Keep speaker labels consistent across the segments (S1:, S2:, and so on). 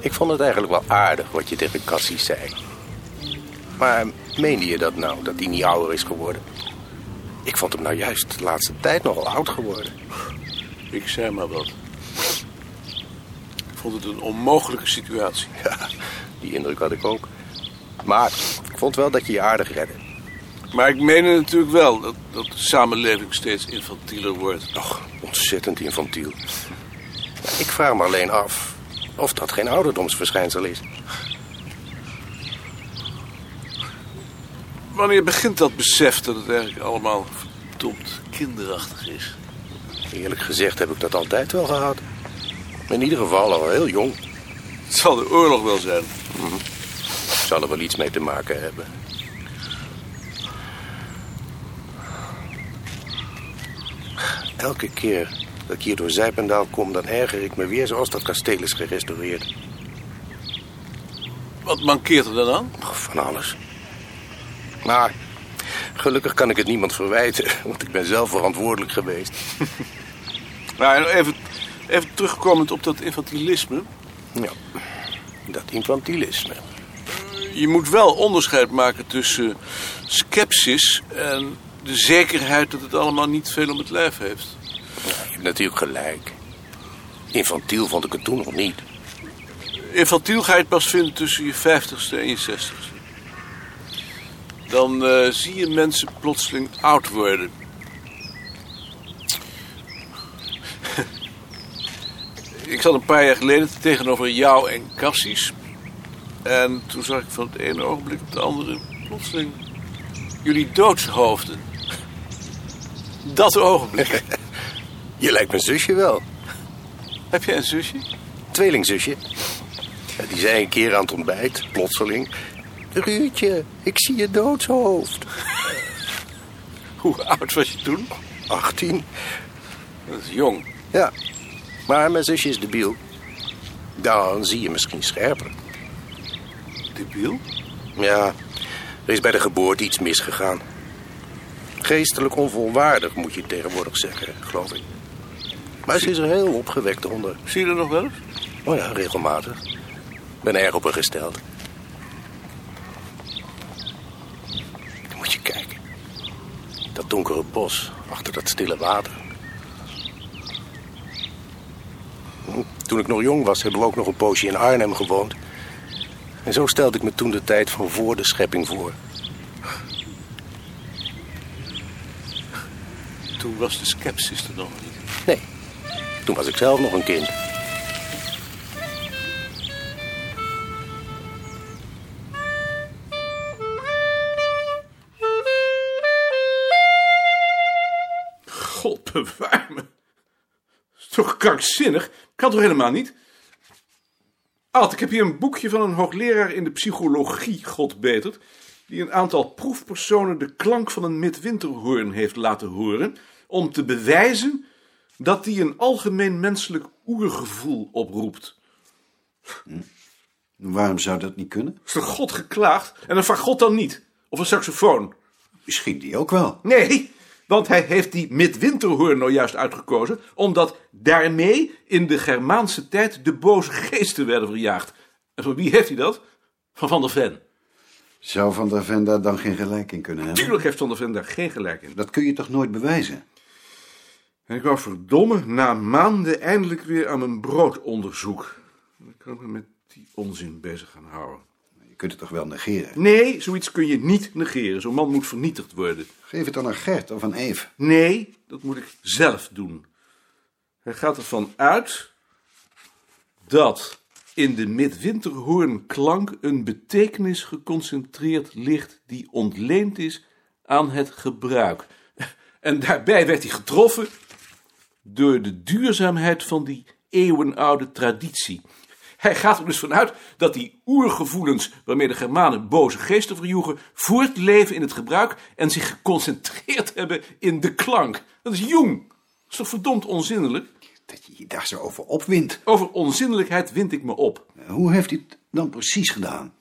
S1: Ik vond het eigenlijk wel aardig wat je tegen Cassie zei. Maar meende je dat nou, dat hij niet ouder is geworden? Ik vond hem nou juist de laatste tijd nogal oud geworden.
S2: Ik zei maar wat. Ik vond het een onmogelijke situatie.
S1: Ja, die indruk had ik ook. Maar ik vond wel dat je je aardig redde.
S2: Maar ik meende natuurlijk wel dat, dat de samenleving steeds infantieler wordt.
S1: Och, ontzettend infantiel. Ik vraag me alleen af of dat geen ouderdomsverschijnsel is.
S2: Wanneer begint dat besef dat het eigenlijk allemaal verdomd kinderachtig is?
S1: Eerlijk gezegd heb ik dat altijd wel gehad. In ieder geval al heel jong.
S2: Het zal de oorlog wel zijn.
S1: Zal er wel iets mee te maken hebben. Elke keer dat ik hier door Zijpendaal kom, dan erger ik me weer zoals dat kasteel is gerestaureerd.
S2: Wat mankeert er dan aan?
S1: Och, Oh, Van alles. Maar gelukkig kan ik het niemand verwijten, want ik ben zelf verantwoordelijk geweest.
S2: Nou, en even, even terugkomend op dat infantilisme.
S1: Ja, dat infantilisme.
S2: Je moet wel onderscheid maken tussen sceptisch en de zekerheid dat het allemaal niet veel om het lijf heeft.
S1: Je hebt natuurlijk gelijk. Infantiel vond ik het toen nog niet.
S2: Infantiel ga je het pas vinden tussen je 50ste en je 60ste. Dan eh, zie je mensen plotseling oud worden. ik zat een paar jaar geleden tegenover jou en Cassis. En toen zag ik van het ene ogenblik op het andere plotseling jullie doodshoofden. Dat ogenblik.
S1: Je lijkt mijn zusje wel.
S2: Heb jij een zusje?
S1: Tweelingzusje. Ja, Die zei een keer aan het ontbijt, plotseling... Ruudje, ik zie je doodshoofd.
S2: Hoe oud was je toen?
S1: 18.
S2: Dat is jong.
S1: Ja. Maar mijn zusje is debiel. Dan zie je misschien scherper.
S2: Debiel?
S1: Ja, er is bij de geboorte iets misgegaan. Geestelijk onvolwaardig, moet je tegenwoordig zeggen, geloof ik. Maar ze is er heel opgewekt onder.
S2: Zie je er nog wel eens?
S1: Oh ja, regelmatig. Ik ben erg op haar gesteld. Dan moet je kijken. Dat donkere bos achter dat stille water. Hm, Toen ik nog jong was, hebben we ook nog een poosje in Arnhem gewoond. En zo stelde ik me toen de tijd van voor de schepping voor.
S2: Toen was de sceptisch er nog niet.
S1: Nee, toen was ik zelf nog een kind.
S2: God bewaar me. is toch krankzinnig? Kan toch helemaal niet? Alt, ik heb hier een boekje van een hoogleraar in de psychologie, God betert, die een aantal proefpersonen de klank van een midwinterhoorn heeft laten horen, om te bewijzen dat die een algemeen menselijk oergevoel oproept.
S3: Waarom zou dat niet kunnen?
S2: Is er God geklaagd en een fagot dan niet? Of een saxofoon?
S3: Misschien die ook wel.
S2: Nee, want hij heeft die midwinterhoorn nou juist uitgekozen, omdat daarmee in de Germaanse tijd de boze geesten werden verjaagd. En van wie heeft hij dat? Van Van der Ven.
S3: Zou Van der Ven daar dan geen gelijk in kunnen hebben?
S2: Tuurlijk heeft Van der Ven daar geen gelijk in.
S3: Dat kun je toch nooit bewijzen?
S2: En ik wou verdomme na maanden eindelijk weer aan mijn broodonderzoek. Dan kan ik me met die onzin bezig gaan houden.
S3: Je kunt het toch wel negeren?
S2: Nee, zoiets kun je niet negeren. Zo'n man moet vernietigd worden.
S3: Geef het dan aan Gert of aan Eve.
S2: Nee, dat moet ik zelf doen. Hij gaat ervan uit dat in de midwinterhoornklank een betekenis geconcentreerd ligt die ontleend is aan het gebruik. En daarbij werd hij getroffen door de duurzaamheid van die eeuwenoude traditie. Hij gaat er dus vanuit dat die oergevoelens waarmee de Germanen boze geesten verjoegen, voortleven in het gebruik en zich geconcentreerd hebben in de klank. Dat is jong. Dat is toch verdomd onzinnelijk?
S3: Dat je je daar zo over opwint.
S2: Over onzinnelijkheid wind ik me op.
S3: Hoe heeft hij het dan precies gedaan?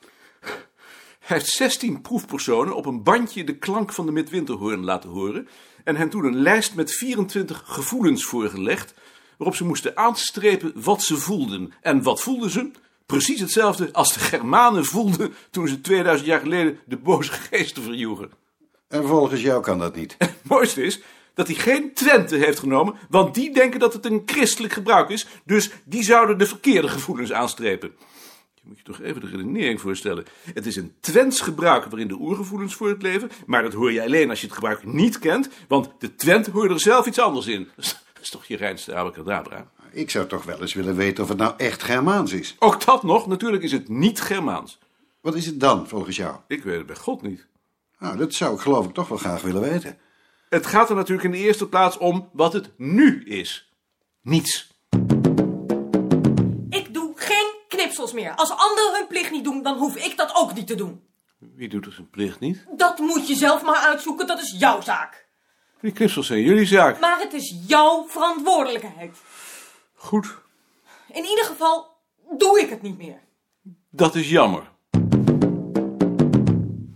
S2: Hij heeft 16 proefpersonen op een bandje de klank van de midwinterhoorn laten horen en hen toen een lijst met 24 gevoelens voorgelegd, waarop ze moesten aanstrepen wat ze voelden. En wat voelden ze? Precies hetzelfde als de Germanen voelden toen ze 2000 jaar geleden de boze geesten verjoegen.
S3: En volgens jou kan dat niet.
S2: Het mooiste is dat hij geen Twente heeft genomen, want die denken dat het een christelijk gebruik is, dus die zouden de verkeerde gevoelens aanstrepen. Je moet je toch even de redenering voorstellen. Het is een Twents gebruik waarin de oergevoelens voor het leven, maar dat hoor je alleen als je het gebruik niet kent, want de Twent hoort er zelf iets anders in. Dat is, dat is toch je reinste abacadabra.
S3: Ik zou toch wel eens willen weten of het nou echt Germaans is.
S2: Ook dat nog, natuurlijk is het niet Germaans.
S3: Wat is het dan, volgens jou?
S2: Ik weet het bij God niet.
S3: Nou, dat zou ik geloof ik toch wel graag willen weten.
S2: Het gaat er natuurlijk in de eerste plaats om wat het nu is. Niets.
S4: Ik doe geen knipsels meer. Als anderen hun plicht niet doen, dan hoef ik dat ook niet te doen.
S2: Wie doet er zijn plicht niet?
S4: Dat moet je zelf maar uitzoeken, dat is jouw zaak.
S2: Die knipsels zijn jullie zaak.
S4: Maar het is jouw verantwoordelijkheid.
S2: Goed,
S4: In ieder geval doe ik het niet meer.
S2: dat is jammer.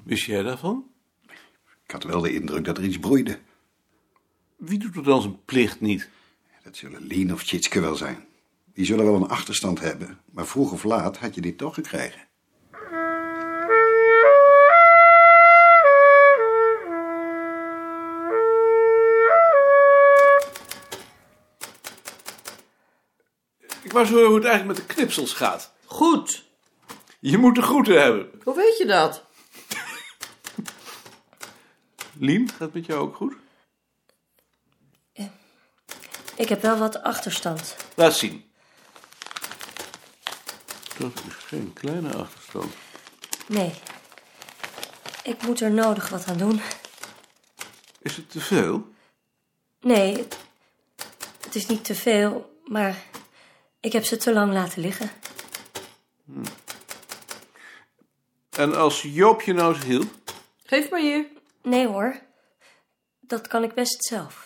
S2: Wist jij daarvan?
S3: Ik had wel de indruk dat er iets broeide.
S2: Wie doet er dan zijn plicht niet?
S3: Dat zullen Lien of Tjitske wel zijn. Die zullen wel een achterstand hebben, maar vroeg of laat had je die toch gekregen.
S2: Ik wou zo horen hoe het eigenlijk met de knipsels gaat.
S5: Goed.
S2: Je moet de groeten hebben.
S5: Hoe weet je dat?
S2: Lien, gaat het met jou ook goed?
S6: Ik heb wel wat achterstand.
S2: Laat zien. Dat is geen kleine achterstand.
S6: Nee. Ik moet er nodig wat aan doen.
S2: Is het te veel?
S6: Nee, het, het is niet te veel, maar ik heb ze te lang laten liggen.
S2: En als Joop je nou eens hielp?
S5: Geef maar hier.
S6: Nee hoor, dat kan ik best zelf.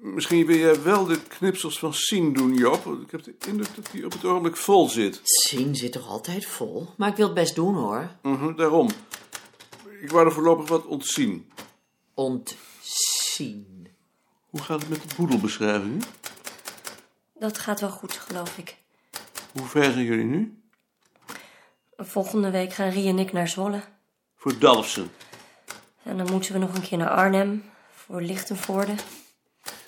S2: Misschien wil jij wel de knipsels van Sien doen, Job. Want Ik heb de indruk dat die op het ogenblik vol zit.
S5: Zien zit toch altijd vol? Maar ik wil het best doen hoor.
S2: Mhm, daarom. Ik wou er voorlopig wat ontzien.
S5: Ontzien.
S2: Hoe gaat het met de boedelbeschrijvingen?
S6: Dat gaat wel goed, geloof ik.
S2: Hoe ver zijn jullie nu?
S6: Volgende week gaan Rie en ik naar Zwolle.
S2: Voor Dalfsen.
S6: En dan moeten we nog een keer naar Arnhem voor Lichtenvoorde.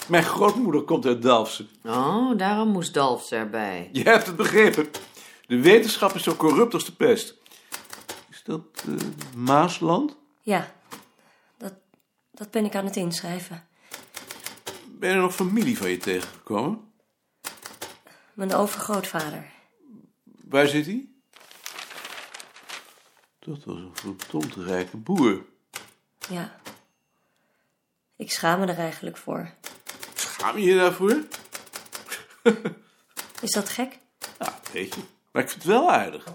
S2: Mijn grootmoeder komt uit Dalfsen.
S5: Oh, daarom moest Dalfs erbij.
S2: Je hebt het begrepen. De wetenschap is zo corrupt als de pest. Is dat eh, Maasland?
S6: Ja, dat, dat ben ik aan het inschrijven.
S2: Ben je er nog familie van je tegengekomen?
S6: Mijn overgrootvader.
S2: Waar zit hij? Dat was een verdomd rijke boer.
S6: Ja. Ik schaam me er eigenlijk voor.
S2: Schaam je je daarvoor?
S6: Is dat gek?
S2: Ja, weet je. Maar ik vind het wel aardig.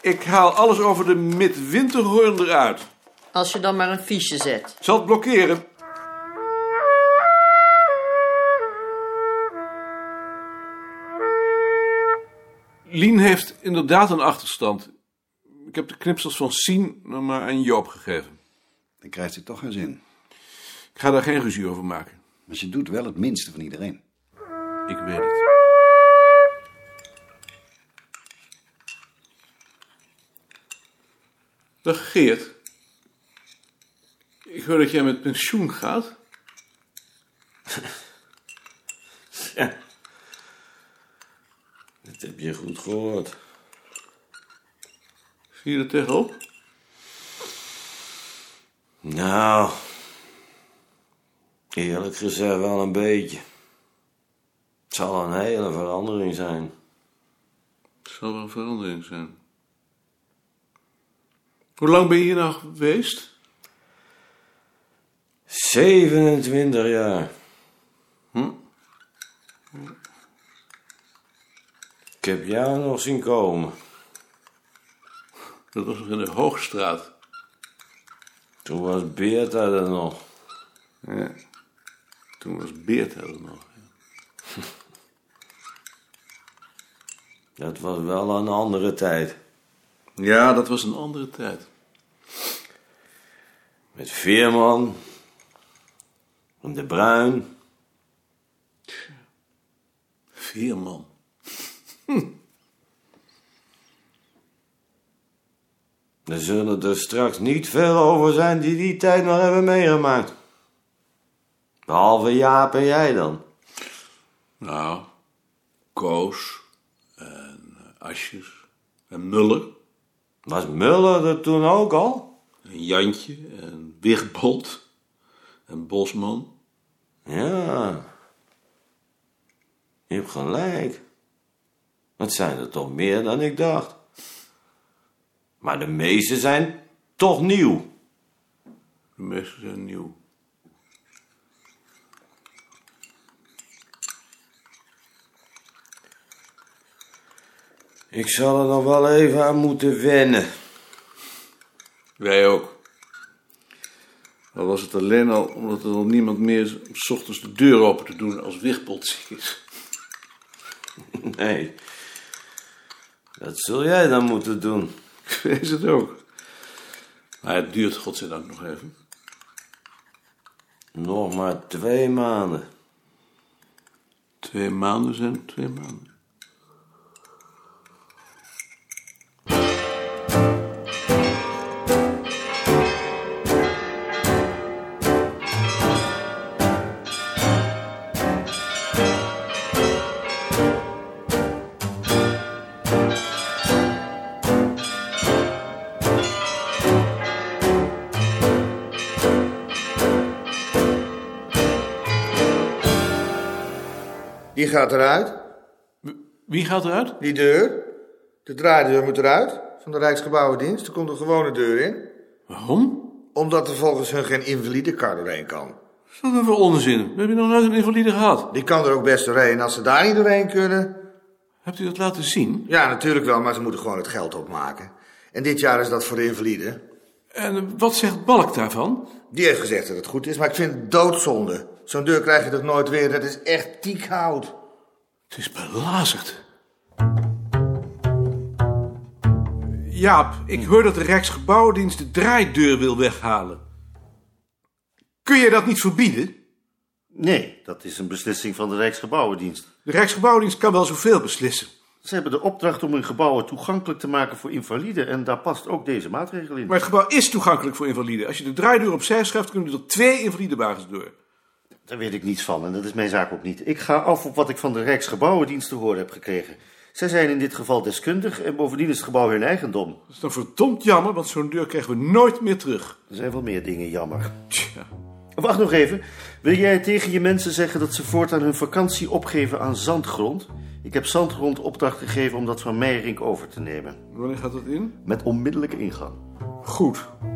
S2: Ik haal alles over de midwinterhoorn eruit.
S5: Als je dan maar een fiche zet.
S2: Ik zal het blokkeren. Lien heeft inderdaad een achterstand. Ik heb de knipsels van Sien nog maar aan Joop gegeven.
S3: Dan krijgt het toch geen zin.
S2: Ik ga daar geen ruzie over maken.
S3: Maar ze doet wel het minste van iedereen.
S2: Ik weet het. Dag Geert. Ik hoor dat jij met pensioen gaat.
S7: Dat heb je goed gehoord.
S2: Zie je er tegenop?
S7: Nou, eerlijk gezegd wel een beetje. Het zal een hele verandering zijn.
S2: Het zal wel een verandering zijn. Hoe lang ben je hier nou geweest?
S7: 27 jaar.
S2: Hm?
S7: Ik heb jou nog zien komen.
S2: Dat was nog in de Hoogstraat.
S7: Toen was Beerta er nog.
S2: Ja. Toen was Beerta er nog.
S7: Dat was wel een andere tijd.
S2: Ja, dat was een andere tijd.
S7: Met Veerman. En de Bruin.
S2: Veerman.
S7: Er zullen er straks niet veel over zijn die die tijd nog hebben meegemaakt. Behalve Jaap en jij dan.
S2: Nou, Koos en eh, Asjes en Muller
S7: Was Muller er toen ook al?
S2: en Jantje en Wigbold en Bosman.
S7: Ja. Je hebt gelijk. Het zijn er toch meer dan ik dacht. Maar de meeste zijn toch nieuw.
S2: De meeste zijn nieuw.
S7: Ik zal er nog wel even aan moeten wennen.
S2: Wij ook. Al was het alleen al omdat er al niemand meer is om 's ochtends de deur open te doen als Wigbold ziek is.
S7: Nee. Dat zul jij dan moeten doen.
S2: Ik weet het ook. Maar het duurt godzijdank nog even.
S7: Nog maar twee maanden.
S2: Twee maanden zijn twee maanden.
S8: Die gaat eruit.
S2: Wie gaat eruit?
S8: Die deur. De draaideur moet eruit. Van de Rijksgebouwendienst. Er komt een gewone deur in.
S2: Waarom?
S8: Omdat er volgens hun geen invalide kar doorheen kan.
S2: Wat is dat nou voor onzin? We hebben nog nooit een invalide gehad.
S8: Die kan er ook best doorheen. Als ze daar niet doorheen kunnen.
S2: Hebt u dat laten zien?
S8: Ja, natuurlijk wel, maar ze moeten gewoon het geld opmaken. En dit jaar is dat voor de invaliden.
S2: En eh, wat zegt Balk daarvan?
S8: Die heeft gezegd dat het goed is, maar ik vind het doodzonde. Zo'n deur krijg je toch nooit weer. Dat is echt tiekhout.
S2: Het is belazerd. Jaap, ik hoor dat de Rijksgebouwdienst de draaideur wil weghalen. Kun je dat niet verbieden?
S9: Nee, dat is een beslissing van de Rijksgebouwendienst.
S2: De Rijksgebouwdienst kan wel zoveel beslissen.
S9: Ze hebben de opdracht om hun gebouwen toegankelijk te maken voor invaliden en daar past ook deze maatregel in.
S2: Maar het gebouw is toegankelijk voor invaliden. Als je de draaideur opzij schuift, kunnen er twee invalidewagens door.
S9: Daar weet ik niets van en dat is mijn zaak ook niet. Ik ga af op wat ik van de Rijksgebouwendienst te horen heb gekregen. Zij zijn in dit geval deskundig en bovendien is het gebouw hun eigendom.
S2: Dat is dan verdomd jammer, want zo'n deur krijgen we nooit meer terug.
S9: Er zijn wel meer dingen jammer.
S2: Tja.
S9: Wacht nog even. Wil jij tegen je mensen zeggen dat ze voortaan hun vakantie opgeven aan zandgrond? Ik heb zandgrond opdracht gegeven om dat van Meijerink over te nemen.
S2: Wanneer gaat dat in?
S9: Met onmiddellijke ingang.
S2: Goed.